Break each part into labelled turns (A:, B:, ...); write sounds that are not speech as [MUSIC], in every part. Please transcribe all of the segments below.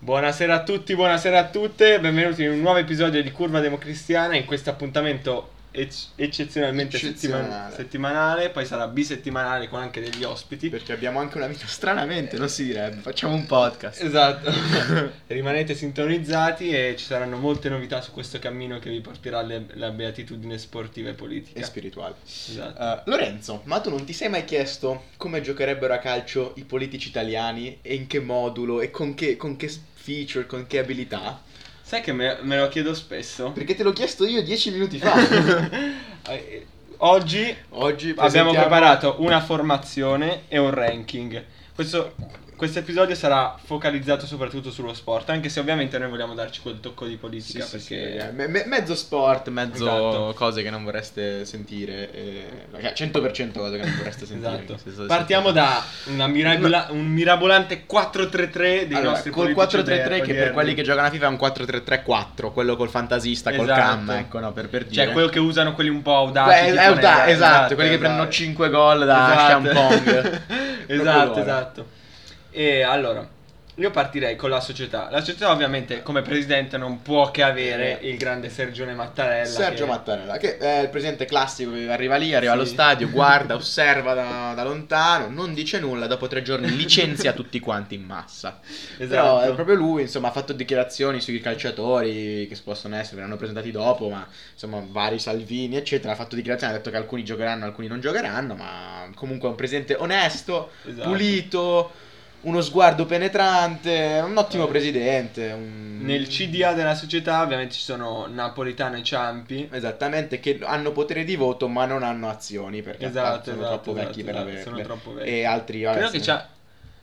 A: Buonasera a tutti, buonasera a tutte, benvenuti in un nuovo episodio di Curva Democristiana, in questo appuntamento ec- eccezionalmente settima-
B: Eccezionale.
A: settimanale, poi sarà bisettimanale con anche degli ospiti.
B: Perché abbiamo anche una vita [LAUGHS] stranamente, non si direbbe. Facciamo un podcast. [LAUGHS]
A: Esatto, rimanete sintonizzati e ci saranno molte novità su questo cammino che vi porterà alle- alla beatitudine sportiva e politica.
B: E spirituale.
A: Esatto.
B: Eh, Lorenzo, ma tu non ti sei mai chiesto come giocherebbero a calcio i politici italiani e in che modulo e con che, con che feature, con che abilità?
A: Sai che me, me lo chiedo spesso?
B: Perché te l'ho chiesto io dieci minuti
A: [LAUGHS]
B: fa.
A: Eh, Oggi
B: Oggi
A: abbiamo
B: presentiamo-
A: preparato una formazione e un ranking. Questo, questo episodio sarà focalizzato soprattutto sullo sport, anche se ovviamente noi vogliamo darci quel tocco di
B: Sì,
A: politica
B: sì, sì,
A: perché...
B: eh, me- me- mezzo sport, mezzo
A: Esatto.
B: cose che non vorreste sentire. eh, perché 100% cose che non vorreste sentire.
A: Esatto.
B: se so-
A: Partiamo
B: se-
A: da una mirabola- un mirabolante 4-3-3 dei
B: Allora,
A: nostri
B: col
A: politici
B: 4-3-3 che per
A: odierni.
B: quelli che giocano a FIFA è un 4-3-3-4, quello col fantasista, col
A: Esatto.
B: cam, ecco, no, per, per dire.
A: Cioè quello che usano quelli un po'
B: Beh,
A: audati. tipo
B: è- è-
A: nel-
B: esatto, quelli che
A: esatto.
B: prendono 5 [LAUGHS] gol da
A: Esatto.
B: Champong.
A: [LAUGHS] esatto,
B: loro.
A: esatto. E allora, io partirei con la società. La società ovviamente come presidente non può che avere il grande Sergione Mattarella.
B: Eh. Sergio
A: che-
B: Mattarella, che è il presidente classico che arriva lì, arriva
A: Sì.
B: allo stadio, [LAUGHS] guarda, osserva da, da lontano, non dice nulla, dopo tre [LAUGHS] giorni licenzia tutti quanti in massa. Però è
A: Esatto.
B: proprio lui, insomma, ha fatto dichiarazioni sui calciatori che possono essere, verranno presentati dopo, ma insomma, vari Salvini, eccetera, ha fatto dichiarazioni, ha detto che alcuni giocheranno, alcuni non giocheranno, ma comunque è un presidente onesto,
A: Esatto.
B: pulito, uno sguardo penetrante, un ottimo presidente. un-
A: Esatto. Nel CDA della società ovviamente ci sono Napolitano e
B: Eh,
A: Ciampi.
B: Esattamente, che hanno potere di voto ma non hanno azioni perché
A: Esatto,
B: sono
A: esatto,
B: troppo
A: esatto,
B: vecchi
A: esatto,
B: per
A: sono
B: averle.
A: troppo vecchi.
B: E altri, vabbè,
A: Credo
B: se-
A: che Cia-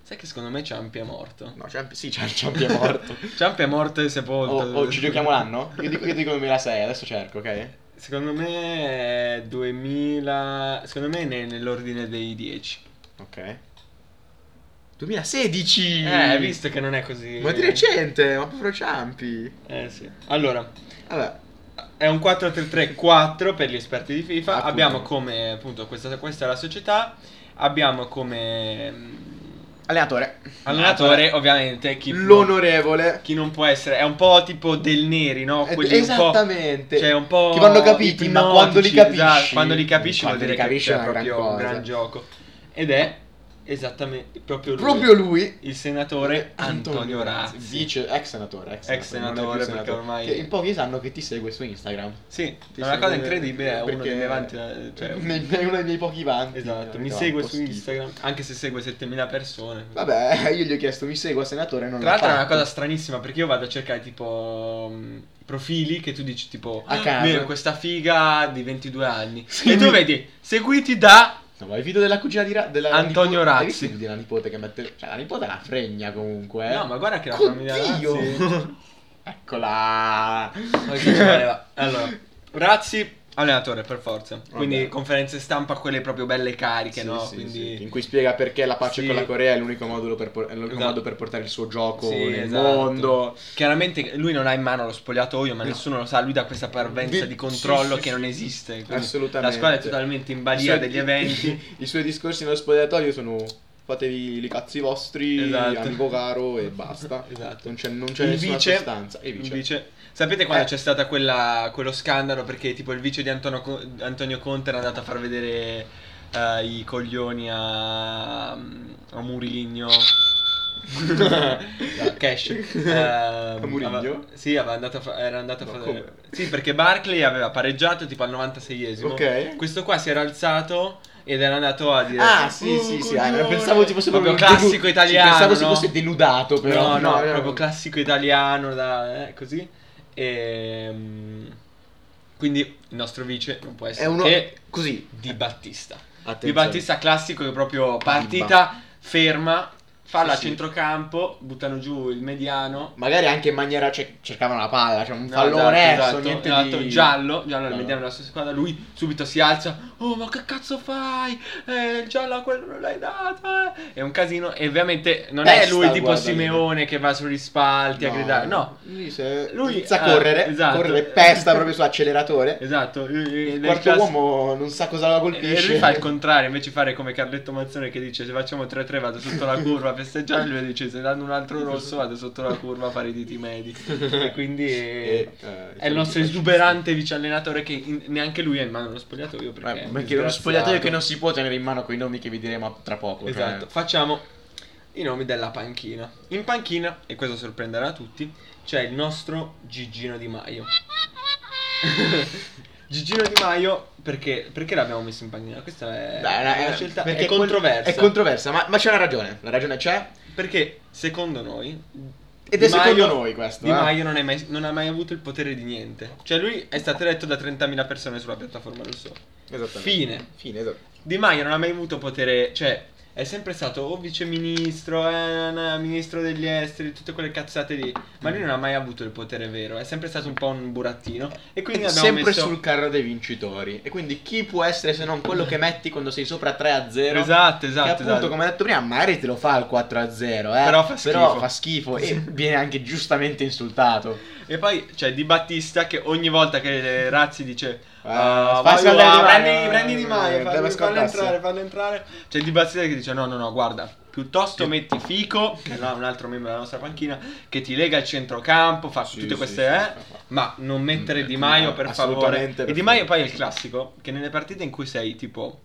A: Sai che secondo me Ciampi è morto.
B: No, Ciampi, sì, Ciampi Ciampi è morto.
A: [LAUGHS] Ciampi è morto e sepolto.
B: Oh, oh, ci giochiamo l'anno? Io dico, io dico 2006, adesso cerco, ok?
A: Secondo me è 2000. Secondo me è ne- nell'ordine dei 10.
B: Ok. 2016!
A: Eh, hai visto che non è così.
B: Ma di recente, ma proprio Ciampi.
A: Eh sì. Allora,
B: Vabbè,
A: è un 4-3-3-4 per gli esperti di FIFA.
B: Ah, Appunto.
A: Abbiamo come, appunto, questa, questa è la società. Abbiamo come mm,
B: allenatore.
A: allenatore, ovviamente, chi, può-
B: L'onorevole.
A: chi non può essere. È un po' tipo del Neri, no?
B: Eh,
A: Quelli
B: Esattamente.
A: Un po', cioè, un po'
B: Che vanno capiti, ma
A: ipnotici,
B: quando li capisci.
A: esatto, quando li capisci,
B: Quando
A: vuol
B: li
A: dire
B: capisci
A: che
B: è
A: è
B: una gran
A: proprio un
B: cosa.
A: gran gioco. Ed è esattamente proprio lui.
B: Proprio lui.
A: Il senatore Antonio Razzi.
B: Vice, ex senatore.
A: Ex senatore,
B: non è più
A: perché ormai-
B: Che in pochi sanno che ti segue su Instagram.
A: Sì,
B: Ti
A: è una
B: segue-
A: cosa incredibile, è uno
B: perché-
A: dei miei avanti, eh, cioè,
B: [LAUGHS] nei- è uno dei miei pochi vanti.
A: Esatto, mi
B: No,
A: segue
B: un po'
A: su
B: schifo.
A: Instagram, anche se segue 7000 persone.
B: Vabbè, [LAUGHS] io gli ho chiesto, mi segua senatore? Non
A: Tra l'altro è
B: l'ha
A: una
B: fatto.
A: cosa stranissima perché io vado a cercare tipo mh, profili che tu dici tipo
B: A
A: "Ah,
B: caso."
A: vero, questa figa di 22 anni
B: Sì.
A: e tu vedi seguiti da
B: No, ma il video della cugina di Ra- della
A: Antonio
B: nipo-
A: Razzi.
B: Hai visto il video della nipote che mette. Cioè, la nipote è una fregna comunque. eh?
A: No, ma guarda che la famiglia
B: Oddio! [LAUGHS]
A: Razzi-
B: Eccola!
A: Ok, ci
B: [LAUGHS]
A: voleva. Allora, Razzi allenatore per forza. Quindi
B: Vabbè.
A: conferenze stampa quelle proprio belle cariche,
B: Sì,
A: no?
B: sì,
A: Quindi
B: sì, In cui spiega perché la pace
A: Sì.
B: con la Corea è l'unico, modo per, por- è l'unico
A: Esatto.
B: modo per portare il suo gioco
A: Sì,
B: nel
A: esatto.
B: mondo.
A: Chiaramente lui non ha in mano lo spogliatoio, ma
B: No.
A: nessuno lo sa, lui dà questa parvenza
B: Di-
A: di controllo
B: sì, sì,
A: che
B: sì.
A: non esiste. quindi
B: Assolutamente. Cioè,
A: La squadra è totalmente in
B: I
A: balia
B: suoi-
A: degli
B: [LAUGHS]
A: eventi.
B: I suoi discorsi nello spogliatoio sono fatevi i cazzi vostri,
A: Esatto.
B: amico caro
A: [LAUGHS]
B: e basta.
A: Esatto.
B: Non c'è, non c'è nessuna sostanza. E vice.
A: il vice- Sapete quando
B: Eh.
A: c'è stato quello scandalo perché tipo il vice di Antonio, Co- Antonio Conte era andato a far vedere eh, i coglioni a, a
B: [LAUGHS]
A: Muriligno? No, Cash Ehm,
B: A Mourinho?
A: aveva- sì, aveva andato a fa- era andato a
B: No,
A: fare
B: come?
A: Sì, perché Barkley aveva pareggiato tipo al 96esimo.
B: Ok.
A: Questo qua si era alzato ed era andato a dire
B: Ah, sì,
A: "Oh,
B: sì, sì,
A: coglione".
B: ah, pensavo ci fosse
A: proprio
B: proprio un denu-
A: classico
B: sì,
A: italiano.
B: pensavo si
A: no?
B: fosse denudato, però.
A: No, no,
B: No, no.
A: proprio classico italiano da eh, così. Ehm, quindi il nostro vice non può essere
B: È uno
A: che
B: così.
A: Di Battista. Di
B: Attenzione.
A: Battista classico che proprio partita ferma, falla
B: Sì,
A: a
B: sì.
A: centrocampo, buttano giù il mediano.
B: Magari anche in maniera cioè, cercavano la palla, cioè un
A: No, esatto,
B: pallone esatto,
A: esatto,
B: niente
A: esatto,
B: di
A: giallo, giallo al
B: No, no.
A: mediano della sua squadra, lui subito si alza, oh ma che cazzo fai, eh, il giallo a quello non l'hai dato, eh." è un casino e ovviamente non è
B: Testa,
A: lui tipo
B: guarda,
A: Simeone che va sugli spalti a gridare, no,
B: Lui, se...
A: Lui-
B: sa
A: ah,
B: correre,
A: esatto.
B: correre pesta proprio sull'acceleratore.
A: Esatto, lui- lui-
B: Il
A: [LAUGHS] nel
B: quarto
A: class- eh,
B: uomo non sa cosa la
A: e
B: colpisce.
A: lui fa il contrario, invece di fare come Carletto Mazzone che dice se facciamo 3-3 vado sotto la curva festeggiare lui dice se danno un altro rosso vado sotto la curva a fare i diti
B: [LAUGHS]
A: medi. E quindi eh, è il nostro esuberante vice allenatore che in- neanche lui ha in mano lo spogliatoio perché, è
B: Eh, Perché, è uno
A: disgraziato.
B: spogliatoio che non si può tenere in mano con i nomi che vi diremo tra poco. cioè-
A: Esatto, facciamo i nomi della panchina. In panchina, e questo sorprenderà tutti, c'è il nostro Gigino Di Maio. [LAUGHS] Gigino Di Maio, perché, perché l'abbiamo messo in panchina? Questa è
B: Dai, Eh, è una-
A: una scelta
B: perché
A: Eh, è
B: quel-
A: controversa.
B: È controversa, ma, ma c'è una ragione. La ragione c'è.
A: perché secondo noi...
B: Ed
A: Di
B: è secondo
A: Maio-
B: noi questo.
A: Di
B: eh.
A: Maio non, è mai- non ha mai avuto il potere di niente. Cioè lui è stato eletto da 30.000 persone sulla piattaforma del Sole.
B: Esattamente.
A: Fine.
B: Fine, esatto.
A: Di Maio non ha mai avuto potere, cioè è sempre stato o viceministro, eh, na, na, ministro degli esteri, tutte quelle cazzate lì, ma lui non ha mai avuto il potere vero, è sempre stato un po' un burattino e quindi
B: È
A: abbiamo
B: sempre
A: messo...
B: sul carro dei vincitori. E quindi chi può essere se non quello che metti quando sei sopra 3 a 0?
A: Esatto,
B: Che
A: esatto,
B: appunto,
A: esatto.
B: come ho detto prima, magari te lo fa il 4 a 0,
A: Però fa schifo.
B: schifo
A: Sì.
B: e viene anche giustamente insultato.
A: E poi c'è Di Battista che ogni volta che Razzi dice
B: Eh,
A: "Ah,
B: fa
A: vai
B: scaldare
A: là,
B: Di Maio,
A: prendi,
B: eh,
A: prendi Di Maio,
B: deve
A: fallo, fallo
B: ascoltarsi."
A: entrare, fallo entrare. C'è Di Battista che dice no, no, no, guarda, piuttosto
B: Sì.
A: metti Fico, che è là un altro membro della nostra panchina, che ti lega il centrocampo, fa
B: Sì,
A: tutte
B: sì,
A: queste...
B: sì,
A: eh,
B: sì, sì.
A: Ma non mettere
B: Mm,
A: Di Maio
B: no,
A: per favore.
B: assolutamente,
A: E
B: per
A: Di Maio
B: favore.
A: poi è il classico che nelle partite in cui sei tipo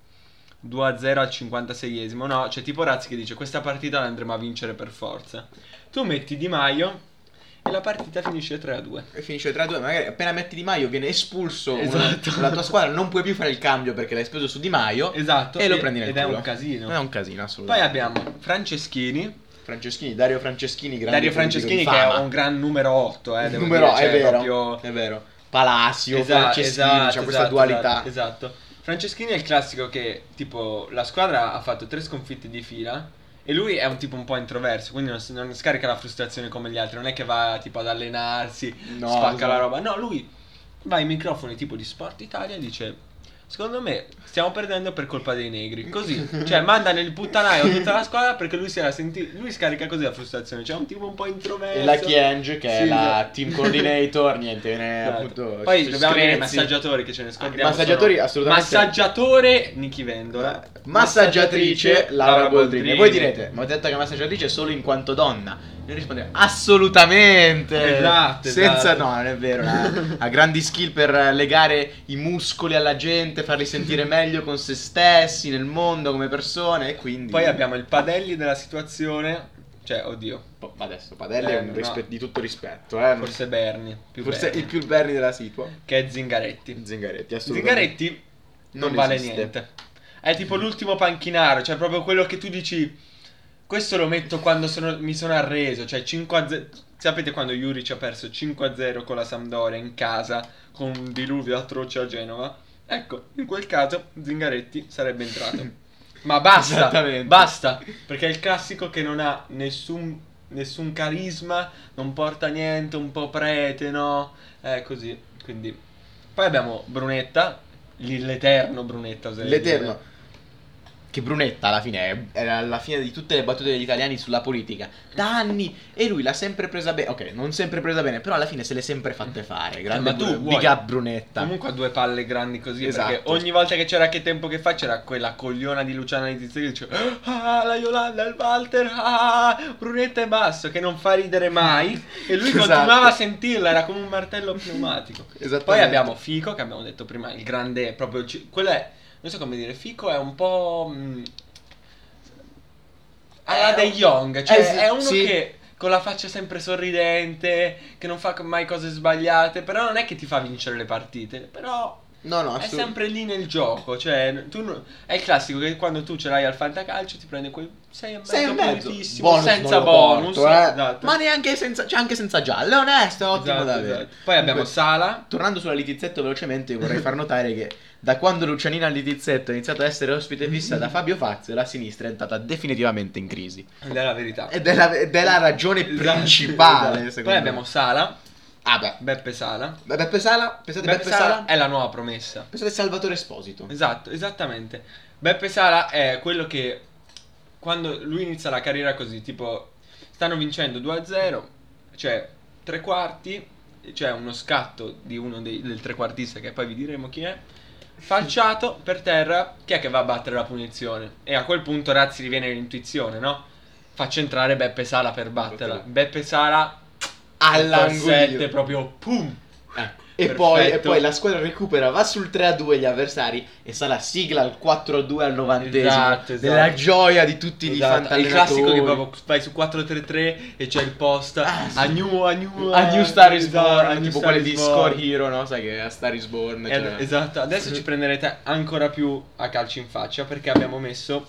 A: 2-0 al 56esimo, no, c'è tipo Razzi che dice questa partita la andremo a vincere per forza. Tu metti Di Maio e la partita finisce 3-2.
B: E finisce 3 a 2, magari appena metti Di Maio viene espulso uno-
A: Esatto.
B: dalla tua squadra, non puoi più fare il cambio perché l'hai speso su Di Maio
A: Esatto.
B: e lo prendi nel
A: Ed
B: culo.
A: è un casino.
B: È un casino,
A: Poi
B: assolutamente.
A: abbiamo Franceschini,
B: Franceschini, Dario Franceschini, grande
A: Dario
B: politico di
A: Franceschini che
B: fama.
A: è un gran numero 8,
B: [LAUGHS]
A: eh, devo
B: numero,
A: dire,
B: è
A: cioè,
B: vero,
A: proprio-
B: è vero. Palacio,
A: Esatto,
B: Franceschini, c'è
A: esatto,
B: questa
A: esatto,
B: dualità.
A: Esatto, esatto. Franceschini è il classico che, tipo, la squadra ha fatto tre sconfitte di fila e lui è un tipo un po' introverso, quindi non, si- non scarica la frustrazione come gli altri, non è che va tipo ad allenarsi,
B: No,
A: spacca
B: esatto.
A: la roba, no, lui va ai microfoni tipo di Sport Italia e dice... Secondo me stiamo perdendo per colpa dei negri. Così, cioè, manda nel puttanaio tutta la squadra perché lui si era senti- Lui scarica così la frustrazione. Cioè, è un tipo un po' introverso.
B: E la Kienge, che è
A: Sì,
B: la
A: esatto.
B: team
A: [LAUGHS]
B: coordinator, niente, viene
A: Esatto.
B: Eh, appunto.
A: Poi
B: ci
A: dobbiamo avere i
B: screzzi.
A: massaggiatori che ce ne scordiamo.
B: Ah, i massaggiatori,
A: sono-
B: assolutamente.
A: Massaggiatore Niki Vendola.
B: Massaggiatrice Laura Boldrini. E voi direte, ma
A: ma
B: ho detto che è massaggiatrice solo in quanto donna. E Noi rispondiamo, assolutamente.
A: Esatto,
B: Senza,
A: esatto.
B: no, non è vero. Ha,
A: [LAUGHS]
B: ha grandi skill per eh, legare i muscoli alla gente, farli
A: [LAUGHS]
B: sentire meglio con se stessi, nel mondo, come persone. E quindi.
A: Poi abbiamo il Padelli della situazione, cioè, oddio,
B: Po- Adesso Padelli è
A: Eh,
B: un
A: no.
B: rispe- di tutto rispetto, eh.
A: forse Berni, più
B: Forse
A: Berni,
B: il più Berni della situa.
A: che è Zingaretti.
B: Zingaretti, assolutamente.
A: Zingaretti non, vale
B: esiste.
A: niente. È tipo l'ultimo panchinaro, cioè proprio quello che tu dici questo lo metto quando sono- mi sono arreso, cioè 5 a 0. Sapete quando Juric ha perso 5 a 0 con la Sampdoria in casa con un diluvio atroce a Genova? Ecco, in quel caso Zingaretti sarebbe
B: [LAUGHS]
A: entrato. Ma basta,
B: Esattamente.
A: basta, perché è il classico che non ha nessun, nessun carisma, non porta niente, un po' prete, no? È così, quindi... Poi abbiamo Brunetta, l- l'eterno Brunetta, oserei
B: L'Eterno.
A: dire. Cioè,
B: Che Brunetta alla fine è- era alla fine di tutte le battute degli italiani sulla politica da anni e lui l'ha sempre presa bene. Ok, non sempre presa bene, però alla fine se le è sempre fatte fare. Grande
A: Eh, ma tu
B: Bru-
A: vuoi-
B: big up Brunetta.
A: Comunque ha due palle grandi così, perché
B: Esatto.
A: ogni volta che c'era che tempo che fa c'era quella cogliona di Luciana Letizia che dice Ah, la Yolanda, il Walter, ah, Brunetta è basso, che non fa ridere mai E lui
B: [LAUGHS] Esatto.
A: continuava a sentirla, era come un martello pneumatico
B: Esattamente.
A: Poi abbiamo Fico, che abbiamo detto prima, il grande, proprio, il ci- quello è, non so come dire, Fico è un po'... mh, alla
B: È
A: De
B: un-
A: Jong, cioè
B: eh, sì,
A: è uno
B: sì.
A: che con la faccia sempre sorridente, che non fa mai cose sbagliate, però non è che ti fa vincere le partite, però
B: No, no,
A: è
B: assolut-
A: sempre lì nel gioco, cioè tu non- è il classico che quando tu ce l'hai al fantacalcio ti prende quel 6 e mezzo,
B: Sei un mezzo.
A: pulitissimo,
B: Bonus
A: senza
B: non lo porto,
A: bonus,
B: eh.
A: esatto.
B: Ma neanche senza, cioè anche senza giallo. È onesto, è ottimo
A: Esatto,
B: da avere.
A: esatto. Poi abbiamo
B: Comunque-
A: Sala,
B: Tornando sulla Litizzetto velocemente, io vorrei far notare che da quando Lucianina Litizzetto ha iniziato a essere ospite fissa da Fabio Fazio, la sinistra è entrata definitivamente in crisi.
A: ed è la verità.
B: Ed è la, ed è la ragione
A: Esatto,
B: principale,
A: esatto.
B: secondo
A: Poi
B: me.
A: abbiamo Sala,
B: Ah, beh.
A: Beppe Sala.
B: Beh, Beppe Sala, pensate
A: Beppe,
B: Beppe, Sala,
A: Sala è la nuova promessa.
B: pensate Salvatore Esposito.
A: Esatto, esattamente. Beppe Sala è quello che quando lui inizia la carriera così, tipo stanno vincendo 2-0, cioè tre quarti, cioè uno scatto di uno dei, del trequartista che poi vi diremo chi è.
B: [LAUGHS]
A: Falciato per terra, chi è che va a battere la punizione? E a quel punto Razzi gli viene l'intuizione, no? Faccio entrare Beppe Sala per batterla.
B: Batterla.
A: Beppe Sala all'angolino.
B: All'angolino.
A: proprio pum.
B: Eh. E, poi, e
A: Perfetto.
B: poi la squadra recupera, va sul 3-2 gli avversari e sarà sigla al 4-2 al novantesimo.
A: Esatto, esatto.
B: Della gioia di tutti gli
A: Esatto, è il
B: fantallenatori.
A: classico che proprio vai su 4-3-3 e c'è il post
B: Ah, sì.
A: a new a new
B: A New Star is
A: esatto,
B: Born,
A: a New
B: tipo
A: Star
B: quelle
A: is
B: di
A: Born.
B: Score Hero, no? Sai che a Star is Born.
A: Eh,
B: cioè-
A: Esatto, adesso ci prenderete ancora più a calci in faccia perché abbiamo messo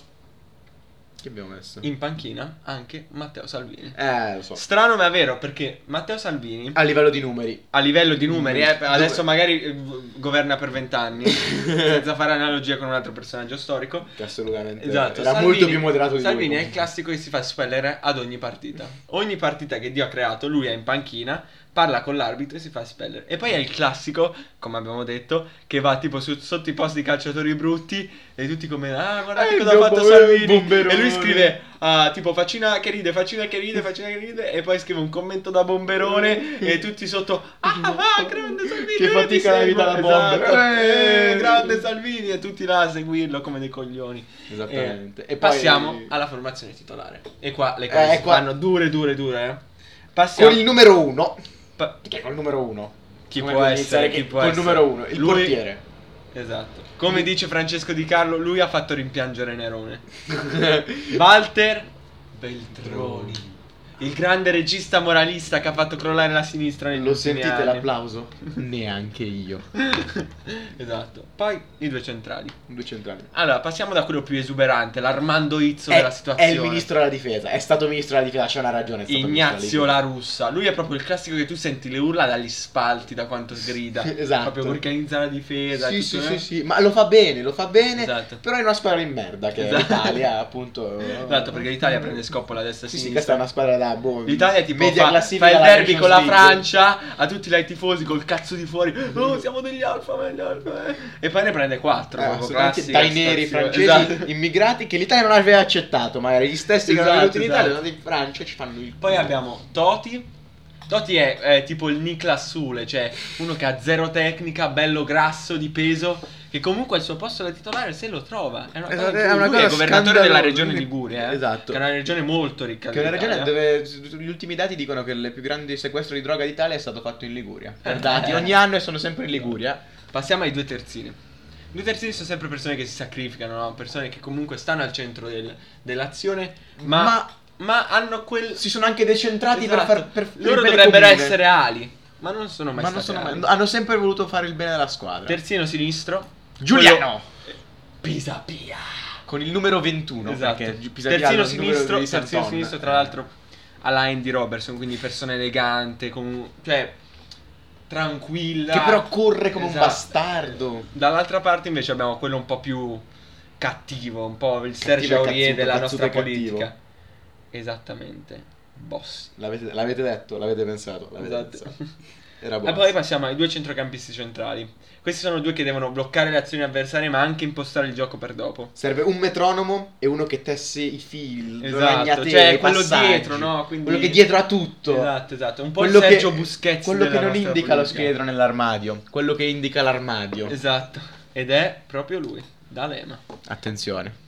B: Che abbiamo messo?
A: in panchina anche Matteo Salvini.
B: Eh, lo so.
A: Strano ma vero perché Matteo Salvini
B: A livello di numeri.
A: a livello di numeri, eh,
B: Dove-
A: adesso magari eh, v- governa per vent'anni senza fare analogia con un altro personaggio storico.
B: Assolutamente.
A: Esatto,
B: Era
A: Salvini-
B: molto più moderato di
A: Salvini
B: lui,
A: è il classico che si fa spellere ad ogni partita. Ogni partita che Dio ha creato, lui è in panchina, parla con l'arbitro e si fa spellere. E poi è il classico, come abbiamo detto, che va tipo su- sotto i post di calciatori brutti e tutti come "Ah, guardate
B: Eh,
A: cosa ha
B: il
A: fatto
B: bombe-
A: Salvini".
B: bomberone.
A: E lui scrive ah, tipo faccina che ride, faccina che ride, faccina che ride e poi scrive un commento da bomberone
B: [LAUGHS]
A: e tutti sotto "Ah, ah, ah, grande Salvini".
B: Che
A: eh, ti
B: fatica la vita
A: seguo".
B: da bomber.
A: Esatto. Eh,
B: Eh.
A: grande Salvini e tutti là a seguirlo come dei coglioni.
B: Esattamente.
A: E, Eh,
B: E poi-
A: passiamo alla formazione titolare. E qua le
B: Eh,
A: cose si
B: qua-
A: fanno dure, dure, dure. eh.
B: Con
A: Passiamo.
B: il numero 1.
A: pa-
B: Perché col numero 1?
A: Chi può essere? Chi può
B: col
A: essere?
B: numero 1, il
A: Lui- [LAUGHS]
B: portiere.
A: Esatto. Come dice Francesco Di Carlo, lui ha fatto rimpiangere Nerone. Walter Beltroni. Il grande regista moralista che ha fatto crollare la sinistra negli
B: Lo
A: ultimi
B: sentite
A: anni.
B: l'applauso? Neanche io.
A: [LAUGHS] esatto. Poi i due centrali.
B: Due centrali.
A: Allora, passiamo da quello più esuberante, l'armando Izzo
B: È,
A: della situazione.
B: è il ministro della difesa. È stato ministro della difesa, c'è una ragione. è stato
A: Ignazio
B: ministro
A: la
B: della
A: russa, lui è proprio il classico che tu senti le urla dagli spalti da quanto sgrida.
B: [LAUGHS] Esatto.
A: Proprio organizza la
B: difesa.
A: difesa.
B: Sì,
A: tutto,
B: sì,
A: eh?
B: sì, sì, ma lo fa bene, lo fa bene.
A: [LAUGHS] Esatto.
B: Però è una squadra in merda che
A: Esatto. [LAUGHS]
B: è l'Italia, appunto.
A: Esatto, perché l'Italia prende scopo la destra e
B: Sì, sì,
A: sinistra.
B: questa è una squadra da boh,
A: L'Italia tipo
B: media
A: fa,
B: classifica
A: fa il
B: alla
A: derby con la
B: Nations League.
A: Francia a tutti i tifosi col cazzo di fuori. Oh, siamo degli alfa, ma gli alfa. eh." E poi ne prende quattro.
B: Eh,
A: proprio
B: sono anche
A: classica
B: dai neri
A: situazione.
B: francesi
A: Esatto.
B: immigrati che l'Italia non aveva accettato, magari gli stessi che erano
A: Esatto,
B: venuti in Italia,
A: esatto.
B: sono andati in Francia e ci fanno il
A: Poi abbiamo Toti. Toti è, è tipo il Niklas Sule, cioè uno che ha zero tecnica, bello grasso di peso, che comunque al suo posto da titolare se lo trova. È una cosa,
B: Esatto,
A: che-
B: è una
A: lui
B: cosa
A: è governatore
B: scandalosa.
A: della regione Liguria, eh,
B: Esatto.
A: che è una regione molto ricca.
B: Che è una regione
A: d'Italia.
B: dove gli ultimi dati dicono che il più grande sequestro di droga d'Italia è stato fatto in Liguria.
A: Eh.
B: Per dati ogni anno e sono sempre in Liguria.
A: Passiamo ai due terzini. I due terzini sono sempre persone che si sacrificano, no? persone che comunque stanno al centro del- dell'azione, ma, ma...
B: Ma-
A: hanno quel...
B: Si sono anche decentrati
A: Esatto.
B: per far per
A: Loro
B: il bene
A: dovrebbero
B: comune.
A: essere ali, ma non sono mai
B: ma non
A: state
B: sono mai,
A: ali.
B: hanno sempre voluto fare il bene della squadra.
A: Terzino sinistro.
B: Giuliano
A: Pisa Pia.
B: con il numero 21
A: esatto.
B: perché Gi- Pisapia
A: Terzino
B: ha il numero
A: sinistro,
B: di
A: terzino
B: Santon.
A: sinistro tra l'altro alla Andy Robertson, quindi persona elegante, con- cioè tranquilla.
B: che però corre come
A: Esatto.
B: un bastardo.
A: Dall'altra parte invece abbiamo quello un po' più cattivo, un po' il
B: Cattivo e
A: Sergio Aurier
B: cazzuto,
A: della
B: cazzuto
A: nostra
B: e cattivo.
A: politica. Esattamente. Bossi.
B: L'avete, l'avete detto, l'avete pensato, l'avete
A: Esatto.
B: pensato.
A: [LAUGHS]
B: Era
A: E
B: buono.
A: poi passiamo ai due centrocampisti centrali. Questi sono due che devono bloccare le azioni avversarie, ma anche impostare il gioco per dopo.
B: Serve un metronomo e uno che tesse i fil,
A: Esatto,
B: ragnatele,
A: cioè,
B: i
A: quello
B: passaggi.
A: dietro, no? Quindi-
B: Quello che dietro a tutto.
A: Esatto, esatto. Un po'
B: quello
A: il Sergio
B: che,
A: Busquets
B: Quello che
A: della
B: non
A: nostra
B: indica lo
A: politica.
B: scheletro nell'armadio, quello che indica l'armadio.
A: Esatto. Ed è proprio lui, D'Alema.
B: Attenzione.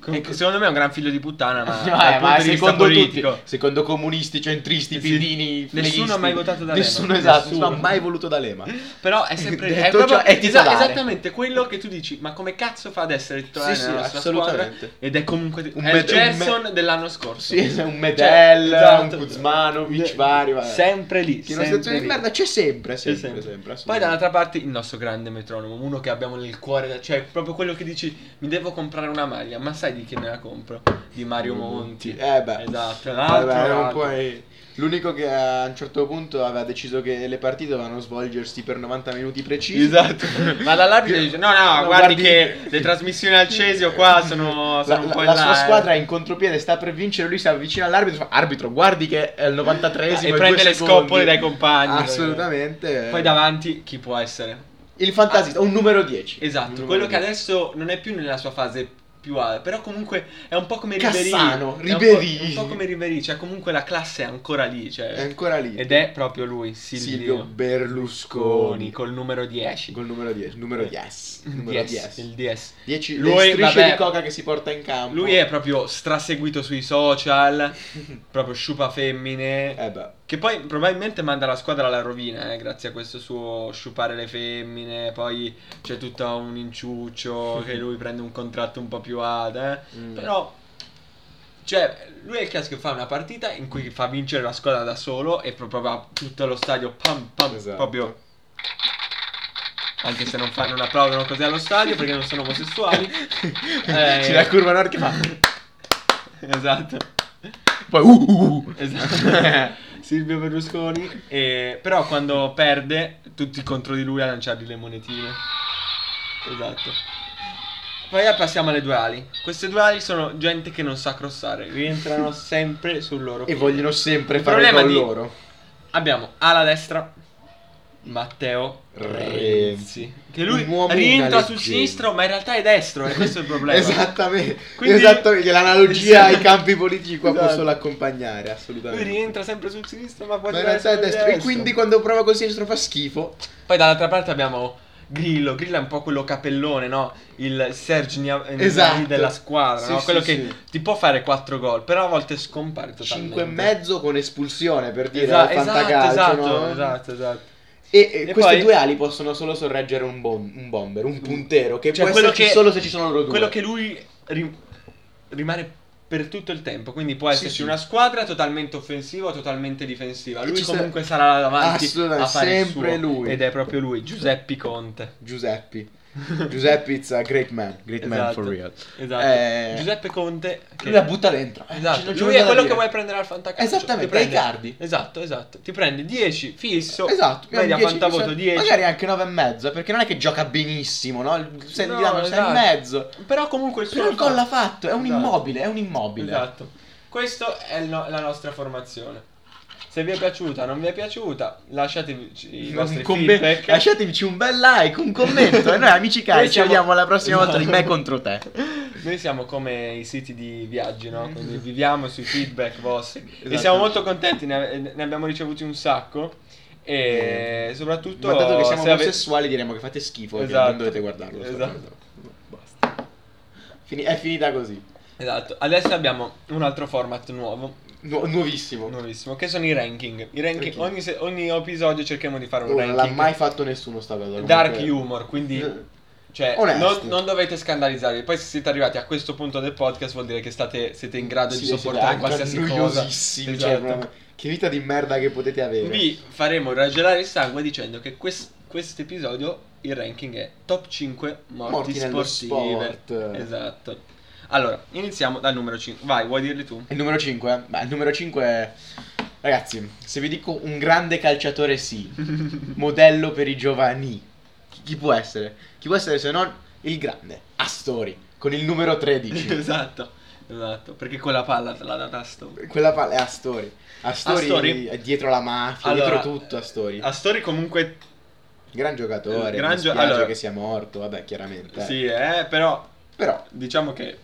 A: Com- Secondo me è un gran figlio di puttana,
B: [LAUGHS]
A: ma,
B: Eh,
A: dal punto di
B: ma
A: vista
B: secondo
A: politico.
B: tutti, secondo comunisti, centristi,
A: Sì.
B: pidini,
A: Nessuno
B: leghisti,
A: ha mai votato D'Alema.
B: Nessuno, esatto,
A: Nessuno.
B: nessuno ha mai
A: [LAUGHS]
B: voluto D'Alema.
A: Però è sempre è,
B: Detto
A: proprio,
B: ciò, è
A: esa-
B: titolare.
A: esattamente quello che tu dici, ma come cazzo fa ad essere titolare
B: Sì, sì,
A: nella nostra squadra?
B: assolutamente.
A: Ed è comunque è
B: Un
A: il
B: med- un med-
A: Gerson dell'anno scorso.
B: Sì, esatto. un
A: Cioè,
B: Medel,
A: esatto.
B: un Kuzmanovic,
A: De-
B: vari, vabbè.
A: Sempre lì,
B: Che in
A: sempre
B: una situazione di
A: lì.
B: merda c'è sempre,
A: Sì,
B: sempre, sempre,
A: Poi
B: assolutamente.
A: dall'altra parte il nostro grande metronomo, uno che abbiamo nel cuore, da- cioè proprio quello che dici mi devo comprare una maglia, ma sai di chi me la compro? Di Mario Monti.
B: Eh beh.
A: Esatto, l'altro,
B: Vabbè, non
A: l'altro.
B: puoi- L'unico che a un certo punto aveva deciso che le partite dovevano svolgersi per 90 minuti precisi. [LAUGHS]
A: Esatto. Ma dall'arbitro dice: No, no,
B: No,
A: guardi,
B: guardi-
A: che le trasmissioni al
B: [LAUGHS]
A: Cesio qua sono, sono
B: La,
A: un
B: la-
A: po' in
B: la
A: là,
B: sua
A: eh."
B: squadra è in contropiede, sta per vincere, lui si avvicina all'arbitro, fa, arbitro guardi che è il 93esimo
A: e prende le scoppole dai compagni.
B: Assolutamente.
A: Poi davanti chi può essere?
B: Il fantasista, un numero 10.
A: Esatto,
B: Un
A: quello
B: numero
A: che
B: 10.
A: adesso non è più nella sua fase più più alto. Però comunque è un po' come Ribery.
B: Cassano,
A: È un po'-
B: Ribery.
A: È un po' come Ribery, cioè comunque la classe è ancora lì. Cioè,
B: È ancora lì.
A: ed è proprio lui, Silvio,
B: Silvio Berlusconi.
A: col numero 10.
B: Col numero 10. Numero
A: [LAUGHS]
B: 10. Numero
A: 10,
B: 10.
A: il 10.
B: 10
A: Lui,
B: le strisce
A: vabbè.
B: di coca che si porta in campo.
A: Lui è proprio straseguito sui
B: [LAUGHS]
A: social, proprio sciupa femmine.
B: Eh beh.
A: Che poi probabilmente manda la squadra alla rovina, eh, grazie a questo suo sciupare le femmine, poi c'è tutto un
B: [LAUGHS]
A: inciuccio che lui prende un contratto un po' più ad, eh.
B: Mm.
A: Però, cioè, lui è il caso che fa una partita in cui fa vincere la squadra da solo e proprio va tutto lo stadio, pam pam,
B: Esatto.
A: proprio... Anche se non, fa, non applaudono così allo stadio perché non sono omosessuali. Eh.
B: [LAUGHS] C'è la curva nord che fa.
A: [LAUGHS] esatto.
B: Poi uh, uh, uh. [LAUGHS]
A: Esatto. Silvio Berlusconi. E- però quando perde, tutti contro di lui a lanciargli le monetine. Esatto. Poi passiamo alle due ali. Queste due ali sono gente che non sa crossare,
B: [LAUGHS]
A: rientrano sempre sul loro
B: e
A: piede.
B: vogliono sempre
A: Il
B: fare
A: problema
B: con
A: di-
B: loro.
A: Abbiamo alla destra Matteo
B: Renzi.
A: Renzi, che lui
B: Un uomo
A: rientra sul
B: ingalleggente.
A: sinistro, ma in realtà è destro, e questo è il
B: [LAUGHS]
A: problema.
B: esattamente.
A: Quindi-
B: esattamente. L'analogia
A: Esatto.
B: ai campi politici qua
A: Esatto.
B: può solo accompagnare, assolutamente.
A: Lui rientra sempre sul sinistro, ma poi
B: Ma in realtà è destra. E quindi quando prova col sinistro fa schifo.
A: Poi dall'altra parte abbiamo Grillo. Grillo è un po' quello capellone, no? Il Serge Gna- Gnabry
B: Esatto.
A: della squadra,
B: Sì,
A: no?
B: sì,
A: Quello
B: sì.
A: che ti può fare 4 gol, però a volte scompare totalmente.
B: 5 e mezzo con espulsione per dire
A: Esa-
B: al
A: esatto,
B: fantacalcio,
A: esatto,
B: no?
A: esatto, esatto.
B: E, eh,
A: E
B: queste
A: poi-
B: due ali possono solo sorreggere un, bom- un bomber, un puntero, che
A: Cioè,
B: può
A: quello
B: esserci
A: che-
B: solo se ci sono loro due.
A: Quello che lui ri- rimane per tutto il tempo, quindi può
B: Sì,
A: esserci
B: sì.
A: una squadra totalmente offensiva o totalmente difensiva.
B: E
A: Lui
B: ci sarà-
A: comunque sarà là davanti a
B: Assolutamente,
A: fare il
B: sempre
A: suo.
B: lui.
A: ed è proprio lui, Giuseppe Conte. [LAUGHS]
B: Giuseppe. Giuseppe is a great man, great man
A: Esatto.
B: for real.
A: Esatto.
B: Eh,
A: Giuseppe Conte che-
B: Lui la butta dentro. Eh,
A: Esatto,
B: cioè, non c'è
A: lui
B: nulla
A: è
B: da
A: quello
B: dire.
A: che vuoi prendere al fantacalcio.
B: Esattamente,
A: Ti prende-
B: Icardi.
A: Esatto, esatto. Ti prendi 10 fisso.
B: Esatto,
A: media
B: 10,
A: fantavoto
B: se-
A: 10.
B: Magari anche 9 e mezzo, eh, perché non è che gioca benissimo, no? Se
A: No,
B: gli danno 6
A: esatto.
B: e mezzo.
A: Però comunque il suo
B: Però il gol l'ha
A: fatto.
B: fatto, è un
A: Esatto.
B: immobile, è un immobile.
A: Esatto. Questa è il no- la nostra formazione. Se vi è piaciuta, non vi è piaciuta, lasciatevi i vostri
B: Un commen-
A: feedback.
B: Lasciateci un bel like, un commento. e noi, amici cari,
A: Noi
B: ci
A: siamo- Esatto.
B: vediamo la prossima volta di
A: No.
B: me contro te.
A: Noi siamo come i siti di viaggi, no? Quindi viviamo sui feedback vostri. E
B: Esatto.
A: siamo molto contenti, ne, ne abbiamo ricevuti un sacco. E Eh, soprattutto...
B: Eh, Ma dato Mm. che siamo
A: se ave-
B: omosessuali, diremo che fate schifo.
A: Esatto.
B: quindi Non dovete guardarlo. sto
A: Esatto.
B: fatto. Basta. Fini- è finita così.
A: Esatto, adesso abbiamo un altro format nuovo,
B: Nu- nuovissimo.
A: nuovissimo, che sono i ranking. I ranking,
B: Ranking.
A: Ogni, se- ogni episodio cerchiamo di fare un
B: Oh, non l'ha
A: ranking.
B: mai fatto nessuno sta cosa.
A: Dark
B: comunque. Eh.
A: humor, quindi cioè,
B: Onesti.
A: non, non dovete scandalizzarvi. Poi se siete arrivati a questo punto del podcast vuol dire che state, siete in grado
B: Sì,
A: di
B: sì, esatto.
A: sopportare
B: anche
A: qualsiasi cosa.
B: noiosissimi,
A: Esatto.
B: cioè, proprio- che vita di merda che potete avere.
A: Vi faremo raggelare il sangue dicendo che quest- questo episodio il ranking è top 5 morti,
B: Morti nello
A: sportive.
B: sport.
A: Esatto. Allora, iniziamo dal numero 5. Vai, vuoi dirli tu?
B: Il numero 5? Beh, il numero 5 è... Ragazzi, se vi dico un grande
A: [LAUGHS]
B: calciatore sì, modello per i giovani, chi, chi può essere? Chi può essere se non il grande Astori, con il numero 13.
A: [LAUGHS] esatto, esatto, perché quella palla te l'ha data Astori.
B: Quella eh, palla è Astori. Astori,
A: Astori?
B: è eh, dietro la mafia,
A: Allora,
B: dietro tutto Astori.
A: Astori comunque
B: Gran giocatore,
A: Gran
B: mi
A: gio-
B: spiace
A: allora-
B: che sia morto, vabbè, chiaramente. eh.
A: sì, eh, però
B: Però,
A: diciamo che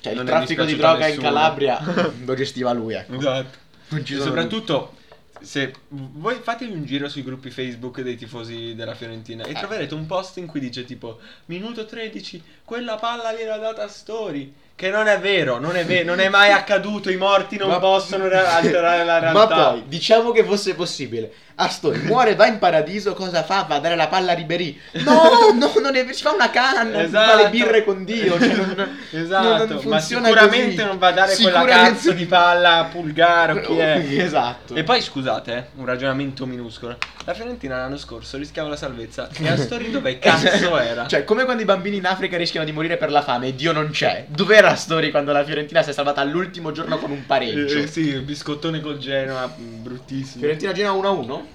B: cioè, il
A: Non è
B: traffico di
A: dispiaciuto
B: droga
A: a
B: in
A: nessuno.
B: Calabria
A: [LAUGHS]
B: lo gestiva lui, ecco.
A: esatto.
B: Non ci
A: E
B: sono
A: soprattutto se voi fatevi un giro sui gruppi Facebook dei tifosi della Fiorentina e
B: Eh.
A: troverete un post in cui dice tipo minuto 13, quella palla gliela data Astori. Che non è vero, non è vero, non è mai accaduto, i morti non
B: Ma-
A: possono ra- alterare la realtà.
B: [LAUGHS] Ma poi, diciamo che fosse possibile. Astori muore, va in paradiso, cosa fa? Va a dare la palla a Ribéry.
A: [LAUGHS]
B: No, no, non è, ci fa una canna,
A: Esatto.
B: fa le birre con Dio. cioè, non-
A: [LAUGHS] esatto,
B: non- non
A: ma
B: funziona
A: sicuramente
B: così.
A: non va a dare quella
B: Sicuramente-
A: cazzo di palla a Pulgaro, chi è?
B: [LAUGHS] Esatto.
A: E poi scusate, eh, un ragionamento minuscolo. La Fiorentina l'anno scorso rischiava la salvezza e Astori [LAUGHS] dove
B: [LAUGHS]
A: cazzo era?
B: Cioè, come quando i bambini in Africa rischiano di morire per la fame e Dio non c'è. Dov'era Astori quando la Fiorentina si è salvata all'ultimo giorno con un pareggio?
A: Eh, sì, il biscottone col Genoa, mh, bruttissimo.
B: Fiorentina Genoa 1-1?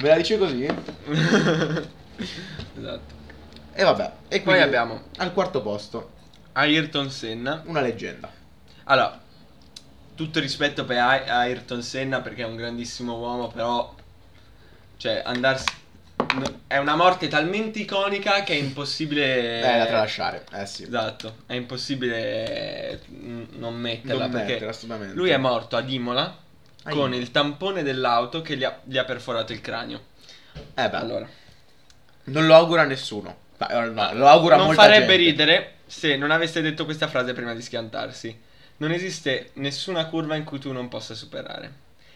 B: Me la dice così?
A: [LAUGHS] esatto.
B: E vabbè. E
A: Poi
B: quindi
A: abbiamo
B: al quarto posto
A: Ayrton Senna.
B: una leggenda.
A: Allora, tutto rispetto per Ay- Ayrton Senna perché è un grandissimo uomo, però cioè andarsi no- è una morte talmente iconica che è impossibile...
B: Eh, da tralasciare. Eh sì.
A: Esatto, è impossibile mm, non metterla
B: non
A: perché
B: mettere, assolutamente.
A: lui è morto ad Imola
B: Ah,
A: con
B: Imola.
A: il tampone dell'auto che gli ha, gli ha perforato il cranio.
B: Eh beh,
A: Allora,
B: non lo augura nessuno. Ma, eh, no, lo augura
A: non
B: molta
A: farebbe
B: gente.
A: ridere se non avesse detto questa frase prima di schiantarsi. Non esiste nessuna curva in cui tu non possa superare.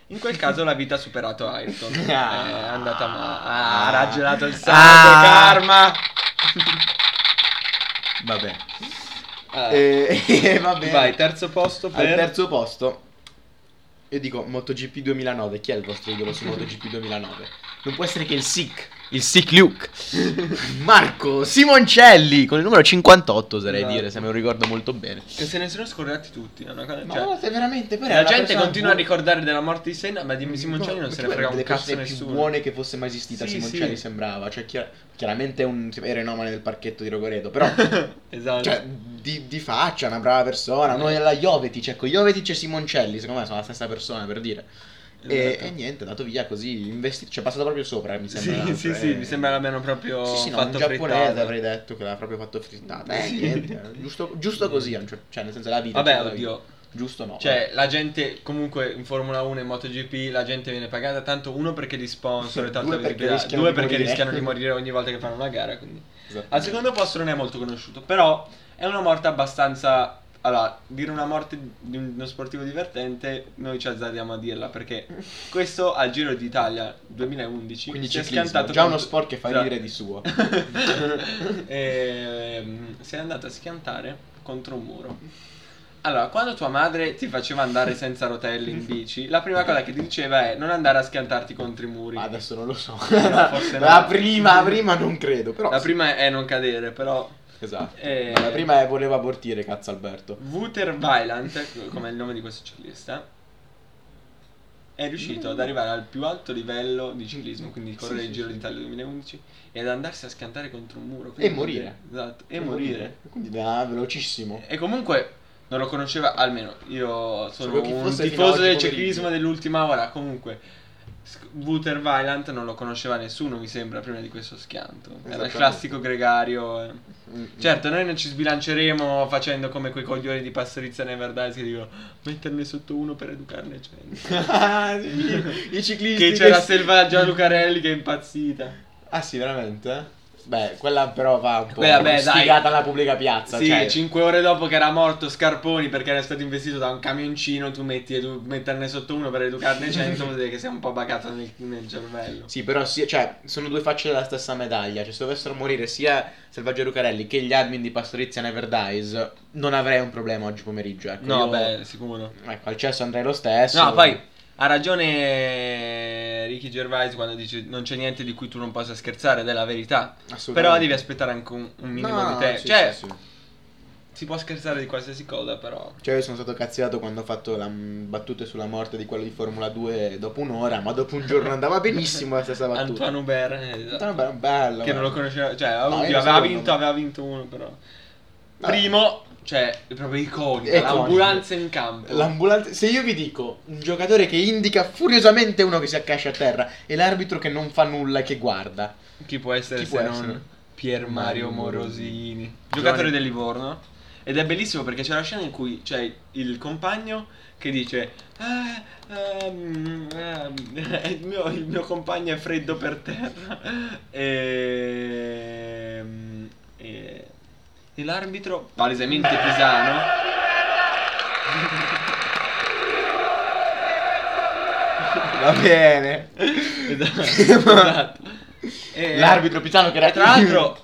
A: In [LAUGHS] quel caso la vita ha superato [LAUGHS] Ayrton. Eh, È andata male. Ah, ha raggelato il sangue,
B: Ah.
A: karma.
B: Vabbè.
A: Ah.
B: Eh, va
A: [LAUGHS]
B: bene.
A: Vai, terzo posto per...
B: Al terzo posto, io dico MotoGP 2009. Chi è il vostro idolo su MotoGP 2009? Non può essere che il Sick. Il Sick Luke. [LAUGHS] Marco Simoncelli con il numero 58, oserei
A: Esatto.
B: dire, se me lo ricordo molto bene.
A: Che se ne sono scordati tutti. è una cosa-
B: Ma
A: cioè,
B: guarda, veramente poi
A: la gente continua a ricordare della morte di Senna, ma di Simoncelli non
B: No,
A: se ne
B: perché
A: frega
B: era una
A: un
B: delle
A: cazzo
B: persone
A: nessuno.
B: più buone
A: [LAUGHS]
B: che fosse mai esistita
A: Sì,
B: Simoncelli
A: sì.
B: sembrava cioè chiar- chiaramente è un era enomane del parchetto di
A: [LAUGHS]
B: Rogoredo però
A: esatto.
B: cioè, di, di faccia una brava persona noi alla Jovetic ecco Jovetic e Simoncelli secondo me sono la stessa persona per dire eh, e,
A: Esatto.
B: e niente è andato via così investito cioè è passato proprio sopra mi
A: Sì,
B: sembra
A: sì, sì,
B: eh.
A: mi sembra l'abbiano proprio
B: sì, sì, no, un
A: fatto
B: giapponese
A: frittata.
B: avrei detto che l'ha proprio fatto frittata. Eh,
A: Sì. Mm.
B: niente, eh, giusto, giusto così, cioè, cioè, nel senso la vita.
A: Vabbè,
B: cioè, la vita.
A: oddio.
B: Giusto no.
A: Cioè, la gente, comunque, in Formula 1 e MotoGP, la gente viene pagata tanto, uno perché li sponsor e
B: [LAUGHS]
A: tanto
B: Due
A: per
B: perché
A: tirare-
B: rischiano
A: due
B: di
A: perché
B: morire.
A: rischiano di morire ogni volta che fanno una gara, quindi...
B: Esatto.
A: Al secondo posto non è molto conosciuto, però è una morte abbastanza... Allora, dire una morte di uno sportivo divertente, noi ci azzardiamo a dirla, perché questo al Giro d'Italia 2011
B: Quindi
A: si è
B: ciclismo,
A: schiantato...
B: già
A: contro-
B: uno sport che fa
A: Esatto.
B: ridere di suo.
A: [LAUGHS] Eh, Ehm, si è andato a schiantare contro un muro. Allora, quando tua madre ti faceva andare senza rotelle in bici, la prima cosa che ti diceva è non andare a schiantarti contro i muri.
B: Ma adesso non lo so.
A: [LAUGHS] forse no.
B: La prima, la prima non credo, però.
A: La
B: sì.
A: prima è non cadere, però...
B: Esatto.
A: Eh,
B: La prima è voleva abortire, cazzo Alberto.
A: Wouter Weiland, come è il nome di questo ciclista, è riuscito ad arrivare al più alto livello di ciclismo, quindi correre
B: Sì,
A: il
B: sì,
A: Giro
B: sì.
A: d'Italia 2011, e ad andarsi a schiantare contro un muro. quindi-
B: morire.
A: Esatto, e morire.
B: Quindi da velocissimo.
A: E comunque non lo conosceva, almeno io sono
B: Sapevo chi
A: un
B: fosse fino a
A: tifoso
B: oggi
A: del
B: pomeriggio.
A: ciclismo dell'ultima ora, comunque Sc- Wouter Weiland non lo conosceva nessuno, mi sembra, prima di questo schianto. Era il
B: Esattamente.
A: classico gregario. eh.
B: Mm.
A: Certo, noi non ci sbilanceremo facendo come quei coglioni di Passerizia Neverdice che dicono metterne sotto uno per educarne 100.
B: Ah, sì, [LAUGHS] I ciclisti.
A: che c'era
B: che-
A: Selvaggia Lucarelli che è impazzita.
B: Ah, sì, veramente? Beh, quella però va un po'
A: Quella, beh, dai.
B: sfigata alla pubblica piazza.
A: Sì,
B: cioè,
A: 5 ore dopo che era morto Scarponi perché era stato investito da un camioncino, tu metti edu- metterne sotto uno per educarne 100 vuol dire che sei un po' bagato nel, nel cervello.
B: Sì, però sì, cioè, sono due facce della stessa medaglia. Cioè, se dovessero morire sia Selvaggio Lucarelli che gli admin di Pastorizia Never Dies, non avrei un problema oggi pomeriggio. Ecco,
A: No,
B: Io-
A: beh, sicuro.
B: Ecco, al cesso andrei lo stesso.
A: No, poi ha ragione Ricky Gervais quando dice non c'è niente di cui tu non possa scherzare, ed è la verità.
B: Assolutamente.
A: Però devi aspettare anche un, un minimo
B: No,
A: di te.
B: sì,
A: cioè,
B: sì, sì.
A: si può scherzare di qualsiasi cosa, però...
B: Cioè, io sono stato cazziato quando ho fatto la mm, battute sulla morte di quello di Formula 2 dopo un'ora, ma dopo un giorno andava benissimo la stessa battuta.
A: Antoine Hubert, eh, esatto.
B: Antoine Hubert, bello,
A: Che non lo
B: bello.
A: conosceva, cioè,
B: No,
A: oddio,
B: io lo
A: aveva
B: sapevo,
A: vinto,
B: ma-
A: aveva vinto uno, però.
B: No.
A: Primo, cioè, è proprio iconico,
B: È
A: l'ambulanza
B: iconico.
A: in campo.
B: L'ambulanza. Ecco, Se io vi dico un giocatore che indica furiosamente uno che si accascia a terra e l'arbitro che non fa nulla e che guarda.
A: Chi può essere
B: Chi
A: se
B: può
A: non
B: essere?
A: Pier Mario
B: Mario
A: Morosini,
B: Giovane-
A: giocatore del Livorno. Ed è bellissimo perché c'è la scena in cui c'è il compagno che dice "Ah, ehm, [LAUGHS] ehm, eh, il, mio, il mio compagno è freddo per terra [LAUGHS] e, ehm, e, e l'arbitro palesemente pisano
B: Va bene.
A: esatto, [LAUGHS] esatto. E-
B: L'arbitro Pisano che era-
A: E Tra l'altro,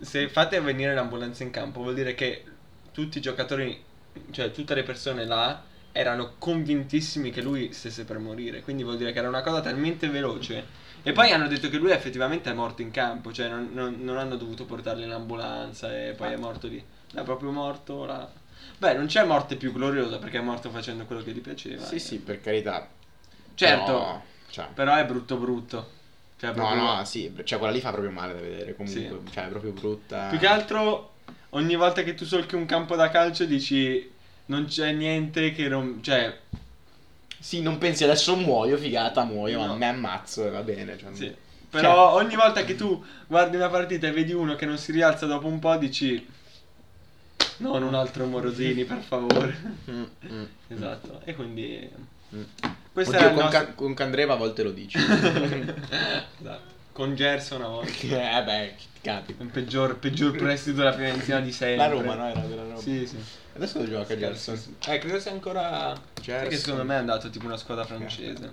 A: se fate venire l'ambulanza in campo, vuol dire che tutti i giocatori, cioè tutte le persone là, erano convintissimi che lui stesse per morire. Quindi vuol dire che era una cosa talmente veloce. E poi hanno detto che lui effettivamente è morto in campo, cioè non, non- non hanno dovuto portarlo in ambulanza e poi è morto lì. È proprio morto là. Beh, non c'è morte più gloriosa perché è morto facendo quello che gli piaceva.
B: Sì, sì, per carità.
A: Certo.
B: Però, cioè,
A: Però è brutto brutto. Cioè, è
B: No,
A: proprio-
B: no, sì, cioè quella lì fa proprio male da vedere comunque,
A: Sì.
B: cioè è proprio brutta.
A: Più che altro, ogni volta che tu solchi un campo da calcio dici non c'è niente che non... Cioè,
B: Sì, non pensi adesso muoio, figata, muoio,
A: No.
B: ma me ammazzo, e va bene. Cioè,
A: sì. Però ogni volta che tu guardi una partita e vedi uno che non si rialza dopo un po', dici. Non un altro Morosini, per
B: [LAUGHS]
A: favore.
B: Mm, mm,
A: esatto. E quindi.
B: mm.
A: Questo
B: Oddio,
A: era il
B: con,
A: nostro-
B: Ca- con Candreva a volte lo [LAUGHS] dici.
A: [LAUGHS] esatto. Con Gerson una volta.
B: eh beh, che ti capita.
A: Il peggior, peggior prestito della Fiorentina di sempre.
B: La Roma, no? Era della Roma.
A: Sì, sì.
B: Adesso lo gioca Gerson.
A: Eh, credo sia ancora.
B: Gerson.
A: Perché secondo me è andato tipo una squadra francese.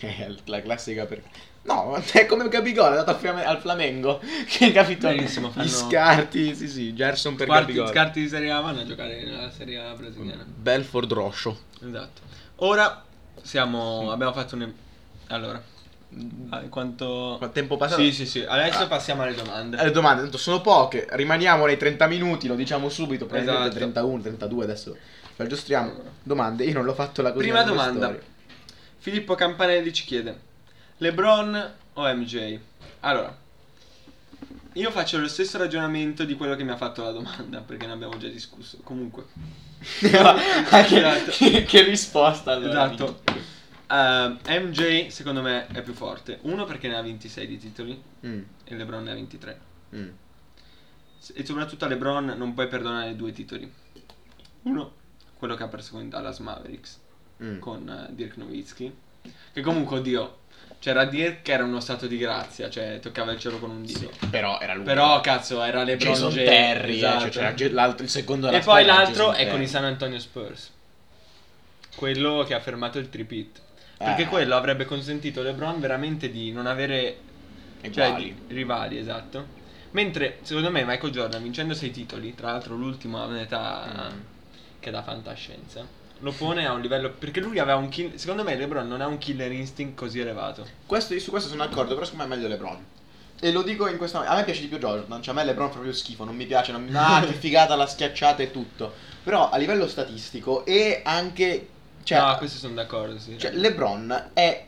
B: Eh, la classica per... No, [LAUGHS] è come Gabigol, è andato al Fiamme- al Flamengo. [LAUGHS] Che capito?
A: Benissimo, fanno-
B: Gli scarti, sì sì, Gerson per
A: Quarti
B: Gabigol.
A: scarti di Serie A vanno a giocare nella Serie A brasiliana.
B: Belford Roscio.
A: Esatto. Ora siamo. Abbiamo fatto un. Allora. ah, Quanto.
B: Mm. Quanto tempo passa?
A: Sì, sì, sì. Adesso
B: Ah.
A: passiamo alle domande.
B: Eh, Le domande, tanto sono poche, rimaniamo nei 30 minuti, lo diciamo subito, probabilmente
A: Esatto.
B: 31, 32 adesso. Lo aggiustiamo.
A: Allora.
B: Domande, io non l'ho fatto la cosina
A: Prima
B: delle
A: domanda.
B: storie.
A: Filippo Campanelli ci chiede: LeBron o MJ? Allora, io faccio lo stesso ragionamento di quello che mi ha fatto la domanda, [LAUGHS] perché ne abbiamo già discusso. Comunque,
B: [LAUGHS] Ah, che,
A: [LAUGHS] Esatto.
B: che- che risposta allora.
A: esatto. Eh, MJ secondo me è più forte. Uno perché ne ha 26 di titoli
B: Mm,
A: e LeBron ne ha 23.
B: mm.
A: E soprattutto a LeBron non puoi perdonare due titoli. Uno, quello che ha perso con i Dallas Mavericks.
B: Mm.
A: con eh, Dirk Nowitzki. Che comunque, oddio, c'era Dirk che era uno stato di grazia, cioè toccava il cielo con un dito.
B: Però era lui.
A: Però, cazzo, era LeBron
B: Jason
A: James.
B: Terry, eh,
A: esatto.
B: cioè, c'era Ge- l'altro- il secondo
A: E
B: della
A: poi
B: squadra era
A: l'altro
B: Jason
A: è con
B: Terry.
A: i San Antonio Spurs. Quello che ha fermato il tripit. Perché
B: Eh.
A: quello avrebbe consentito a LeBron veramente di non avere cioè,
B: Uguali.
A: di- rivali, esatto. Mentre secondo me Michael Jordan vincendo sei titoli, tra l'altro l'ultimo a un'età
B: Mm.
A: che è da fantascienza, lo pone a un livello perché lui aveva un kill, secondo me LeBron non ha un killer instinct così elevato.
B: Questo- io su questo sono d'accordo, però secondo me è meglio LeBron. E lo dico in questo modo. A me piace di più Jordan, cioè a me LeBron fa proprio schifo, non mi piace, non mi...
A: [LAUGHS]
B: Ah, che figata la schiacciata e tutto. Però a livello statistico e anche... Cioè,
A: no, questo sono d'accordo, sì.
B: cioè, LeBron è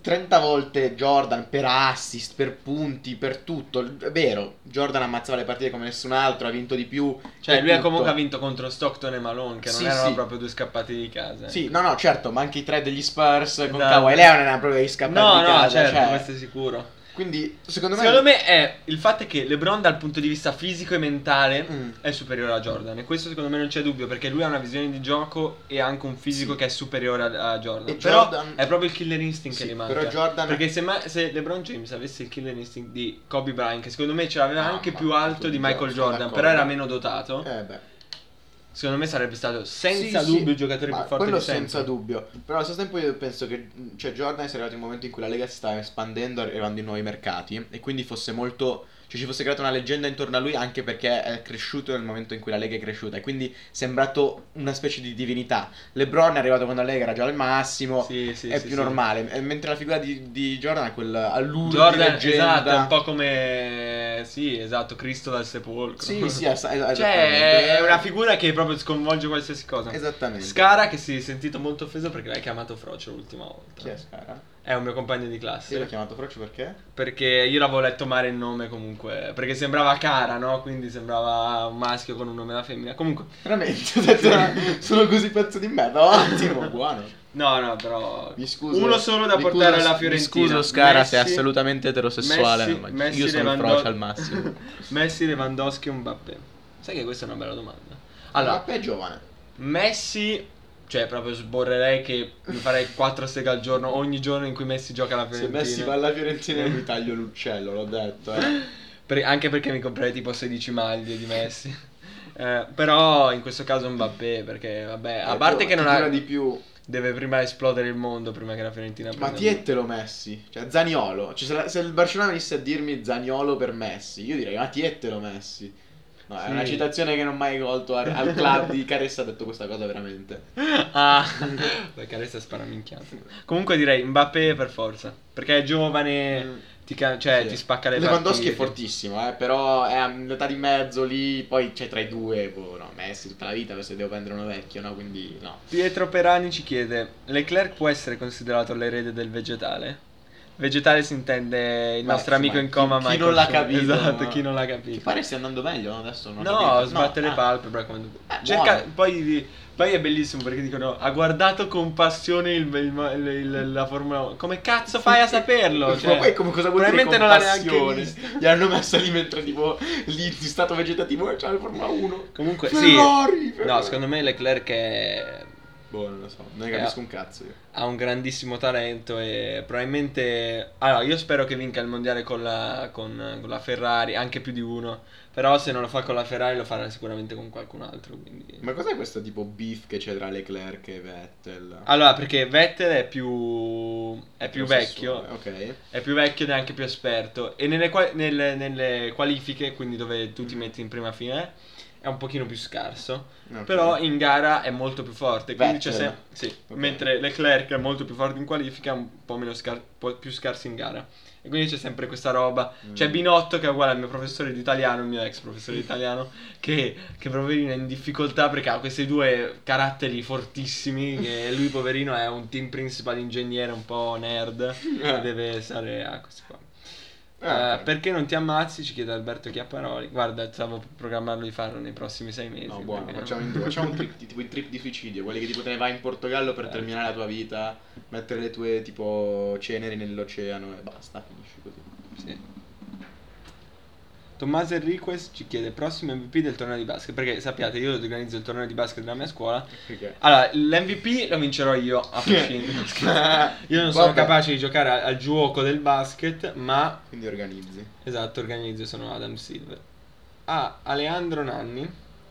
B: 30 volte Jordan per assist, per punti, per tutto. È vero, Jordan ammazzava le partite come nessun altro, ha vinto di più.
A: cioè,
B: e
A: lui ha
B: tutto.
A: comunque ha vinto contro Stockton e Malone, che non
B: Sì,
A: erano
B: sì.
A: proprio due scappati di casa. eh.
B: Sì, no, no, certo, ma anche i tre degli Spurs con
A: Esatto.
B: Kawhi Leonard erano proprio gli scappati
A: No,
B: di
A: no,
B: casa.
A: certo,
B: cioè.
A: questo è sicuro.
B: Quindi, secondo me...
A: Secondo me è il fatto è che LeBron dal punto di vista fisico e mentale
B: Mm.
A: è superiore a Jordan e questo secondo me non c'è dubbio perché lui ha una visione di gioco e anche un fisico
B: Sì.
A: che è superiore a, a Jordan.
B: E
A: Però
B: Jordan-
A: è proprio il killer instinct
B: Sì,
A: che gli manca.
B: però Jordan-
A: Perché se, ma- se LeBron James avesse il killer instinct di Kobe Bryant, che secondo me ce l'aveva
B: Mamma,
A: anche più alto di
B: sono
A: Michael
B: d'accordo.
A: Jordan, però era meno dotato,
B: Eh beh.
A: secondo me sarebbe stato senza
B: Sì, sì.
A: dubbio il giocatore
B: Ma
A: più forte
B: quello
A: di sempre.
B: senza dubbio però allo stesso tempo io penso che mh, cioè Jordan sia arrivato in un momento in cui la Lega si stava espandendo arrivando in nuovi mercati e quindi fosse molto cioè ci fosse creata una leggenda intorno a lui anche perché è cresciuto nel momento in cui la Lega è cresciuta e quindi è sembrato una specie di divinità LeBron è arrivato quando la Lega era già al massimo
A: Sì, sì,
B: è
A: sì, sì.
B: più normale e mentre la figura di, di Jordan è quel allure di
A: Jordan,
B: leggenda
A: esatto, è un po' come... Sì, esatto, Cristo dal sepolcro.
B: sì
A: [LAUGHS]
B: sì es- es- esattamente.
A: Cioè, è una figura che proprio sconvolge qualsiasi cosa.
B: esattamente
A: Scara che si è sentito molto offeso perché l'hai chiamato Frocio l'ultima volta.
B: chi è Scara?
A: È un mio compagno di
B: Io l'ho
A: classe.
B: chiamato Frocio perché?
A: Perché io l'avevo letto male il nome comunque. Perché sembrava cara, no? Quindi sembrava un maschio con un nome da femmina. Comunque,
B: Veramente, ho detto, "Ah,
A: [LAUGHS]
B: sono così pezzo di merda. Oh, Ottimo, buono.
A: no, no, però.
B: Mi scuso.
A: Uno solo da
B: Mi
A: portare
B: scuso-
A: alla
B: mi
A: Fiorentina.
C: scuso, Scara,
A: Messi-
C: sei assolutamente eterosessuale,
A: Messi-
C: ma
A: Messi,
C: io sono il
A: Lewando-
C: Frocio al massimo.
A: [LAUGHS] Messi, Lewandowski e Mbappé. Sai che questa è una bella domanda.
B: Allora,
A: Allora,
B: Mbappé è giovane.
A: Messi, cioè proprio sborrerei che mi farei 4 seghe al giorno ogni giorno in cui Messi gioca alla
B: Se
A: Fiorentina.
B: Messi va alla Fiorentina mi taglio l'uccello, l'ho detto. eh.
A: Per- anche perché mi comprerei tipo 16 maglie di Messi. [LAUGHS] Eh, però in questo caso Mbappé perché vabbè, a
B: Eh,
A: parte
B: giovane,
A: che non
B: chi
A: ha
B: dura di più.
A: deve prima esplodere il mondo prima che la Fiorentina
B: Ma
A: prenda il-
B: tietelo Messi, cioè Zaniolo. Cioè, se, la- se il Barcellona venisse a dirmi Zaniolo per Messi, io direi ma tietelo Messi. No, è
A: Sì.
B: una citazione che non ho mai colto al, al club di Caressa ha detto questa cosa veramente.
A: Ah, [LAUGHS] perché adesso spara minchiato. Comunque direi Mbappé per forza, perché è giovane,
B: Mm.
A: ti, ca- cioè,
B: Sì.
A: ti spacca le
B: Lewandowski
A: partite.
B: è fortissimo, eh, però è all'età di mezzo lì, poi c'è tra i due, boh, no, Messi tutta la vita, se devo prendere uno vecchio, no, quindi no.
A: Pietro Perani ci chiede: Leclerc può essere considerato l'erede del vegetale? Vegetale si intende il
B: Beh,
A: nostro amico
B: insomma,
A: in coma
B: chi- chi
A: Michael
B: non l'ha
A: Shannon.
B: capito,
A: Esatto,
B: no?
A: chi non l'ha
B: Ti
A: capito.
B: pare stia andando meglio adesso? Non ho
A: No,
B: capito.
A: sbatte le
B: ah.
A: palpebre quando...
B: Eh,
A: Cerca,
B: buono.
A: poi, poi è bellissimo perché dicono ha guardato con passione il, il- il- la Formula 1. Come cazzo fai a saperlo?
B: Ma
A: Cioè,
B: poi come cosa vuol dire
A: probabilmente non l'ha neanche
B: compassione?
A: visto.
B: Gli hanno messo lì mentre tipo lì in stato vegetativo e c'è la Formula 1.
A: Comunque,
B: Ferrari,
A: sì.
B: Ferrari.
A: No, secondo me Leclerc è...
B: Boh, non lo so, non
A: Eh,
B: ne capisco un cazzo io.
A: ha un grandissimo talento e probabilmente... Allora, io spero che vinca il mondiale con la, con, con la Ferrari, anche più di uno. Però se non lo fa con la Ferrari lo farà sicuramente con qualcun altro. Quindi...
B: Ma cos'è questo tipo beef che c'è tra Leclerc e Vettel?
A: Allora, perché Vettel è più... Ah, è più vecchio.
B: Ok.
A: È più vecchio ed è anche più esperto. E nelle, qua- nelle- nelle qualifiche, quindi dove tu ti metti in prima fine, è un pochino più scarso.
B: Ok.
A: Però in gara è molto più forte. Quindi c'è
B: Vettel.
A: se- sì.
B: Ok.
A: Mentre Leclerc è molto più forte in qualifica, un po', meno scar- po- più scarso in gara. E quindi c'è sempre questa roba.
B: Mm.
A: C'è Binotto che è uguale al mio professore di italiano, il mio ex professore di italiano, che, che poverino è in difficoltà perché ha questi due caratteri fortissimi. Che lui, poverino, è un team principal ingegnere un po' nerd.
B: Eh.
A: Deve stare a questo qua.
B: Ah,
A: Eh,
B: ok.
A: perché non ti ammazzi? Ci chiede Alberto Chiapparoli. Guarda, stavo programmando di farlo nei prossimi sei mesi.
B: No, buono,
A: perché- [LAUGHS]
B: facciamo in due. Facciamo un trip, di- tipo i trip di suicidio, quelli che tipo te ne vai in Portogallo per
A: Eh.
B: terminare la tua vita, mettere le tue tipo ceneri nell'oceano e basta, finisci così.
A: Sì. Tommaso Enriquez ci chiede prossimo MVP del torneo di basket. Perché sappiate, io organizzo il torneo di basket della mia scuola.
B: Perché?
A: Allora, l'MVP lo vincerò io a prescindere. io non sono
B: Vabbè.
A: capace di giocare a- al gioco del basket, ma
B: Quindi organizzi.
A: esatto, organizzo, sono Adam Silver. Ah, Aleandro Nanni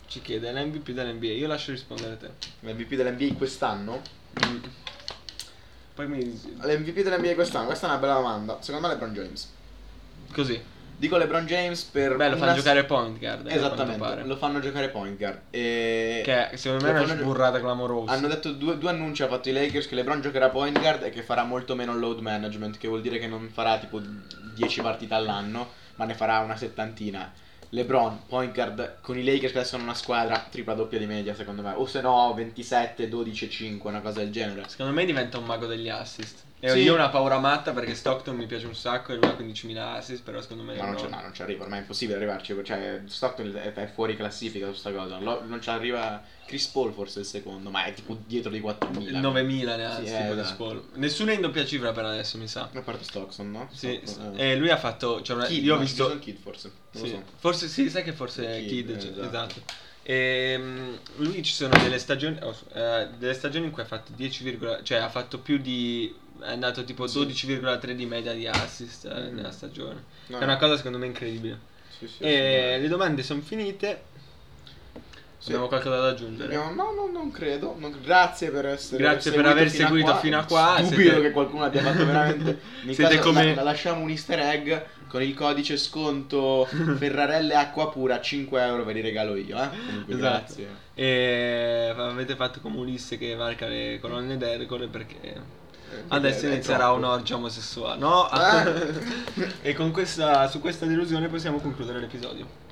A: ci chiede l'MVP dell'NBA. Io lascio rispondere a te.
B: L'MVP dell'NBA quest'anno?
A: Poi mi.
B: L'MVP dell'NBA quest'anno? Questa è una bella domanda. Secondo me LeBron James.
A: Così.
B: Dico LeBron James per...
A: Beh, lo fanno
B: una-
A: giocare point guard. eh, a quanto
B: Esattamente,
A: pare.
B: lo fanno giocare point guard. E...
A: Che secondo me
B: lo
A: è una
B: fanno gio-
A: sburrata clamorosa.
B: Hanno detto due, due annunci ha fatto i Lakers che LeBron giocherà point guard e che farà molto meno load management, che vuol dire che non farà tipo 10 partite all'anno, ma ne farà una settantina. LeBron point guard con i Lakers che adesso sono una squadra tripla doppia di media secondo me, o se no 27, 12 5, una cosa del genere.
A: Secondo me diventa un mago degli assist. E
B: Sì.
A: io ho una paura matta perché Stockton mi piace un sacco e lui ha 15.000 assist, però secondo me
B: Ma non,
A: no.
B: c'è- no, non ci arriva, ormai è impossibile arrivarci, cioè Stockton è, è fuori classifica su sta cosa, Lo- non ci arriva Chris Paul forse il secondo, ma è tipo dietro di 4.000.
A: 9.000 ne ha
B: Sì,
A: assist,
B: eh,
A: tipo di
B: esatto.
A: Spall. Nessuno è in doppia cifra per adesso, mi sa.
B: A parte Stockton, no?
A: Sì,
B: Stockton, eh.
A: e lui ha fatto... cioè,
B: Kid,
A: io ho
B: no,
A: visto...
B: Jason Kidd forse, non
A: Sì,
B: lo so.
A: Forse sì, sai che forse è
B: Kid,
A: Kid,
B: eh,
A: cioè, esatto.
B: esatto.
A: Ehm, lui ci sono delle stagioni, oh, su- eh, delle stagioni in cui ha fatto 10, virgola- cioè ha fatto più di è andato tipo 12,3 di media di assist eh,
B: Mm.
A: nella stagione.
B: No,
A: È una Eh, cosa secondo me incredibile.
B: Sì, sì,
A: e
B: sì,
A: le domande sono finite.
B: Sì.
A: Abbiamo qualcosa da aggiungere.
B: No, no, no, non credo. Non- Grazie per essere
A: Grazie per
B: seguito
A: aver
B: fino a
A: seguito
B: qua.
A: fino a qua.
B: Dubito
A: Siete-
B: che qualcuno abbia fatto
A: [LAUGHS]
B: veramente. In
A: Siete
B: caso,
A: come-
B: la- la lasciamo un easter egg con il
A: [LAUGHS]
B: codice sconto Ferrarelle Acqua Pura 5 euro ve li regalo io. Eh? Comunque,
A: Esatto.
B: Grazie.
A: E Eh, avete fatto come Ulisse che varca le colonne d'Ercole perché
B: Eh,
A: adesso
B: è- è
A: inizierà
B: troppo.
A: un'orgia omosessuale. No!
B: Eh.
A: [LAUGHS] e con questa, su questa delusione possiamo concludere l'episodio.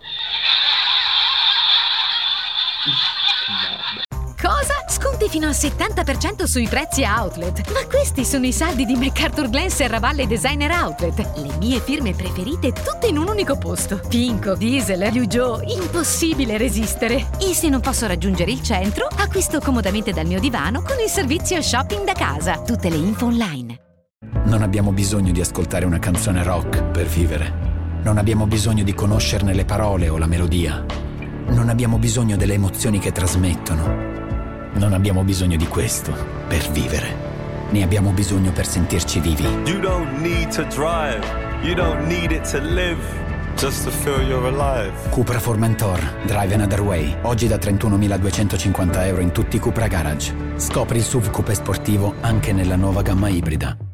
D: Cosa? Sconti fino al 70% sui prezzi a outlet. Ma questi sono i saldi di MacArthur Glen Serra Valle Designer Outlet. Le mie firme preferite tutte in un unico posto. Pinco, Diesel, Liugio, impossibile resistere. E se non posso raggiungere il centro, acquisto comodamente dal mio divano con il servizio shopping da casa. Tutte le info online.
E: Non abbiamo bisogno di ascoltare una canzone rock per vivere. Non abbiamo bisogno di conoscerne le parole o la melodia. Non abbiamo bisogno delle emozioni che trasmettono. Non abbiamo bisogno di questo per vivere. Ne abbiamo bisogno per sentirci vivi.
F: You don't need to drive, you don't need it to live, just to feel you're alive.
E: Cupra Formentor Drive Another Way. Oggi da 31.250 euro in tutti i Cupra Garage. Scopri il SUV coupé sportivo anche nella nuova gamma ibrida.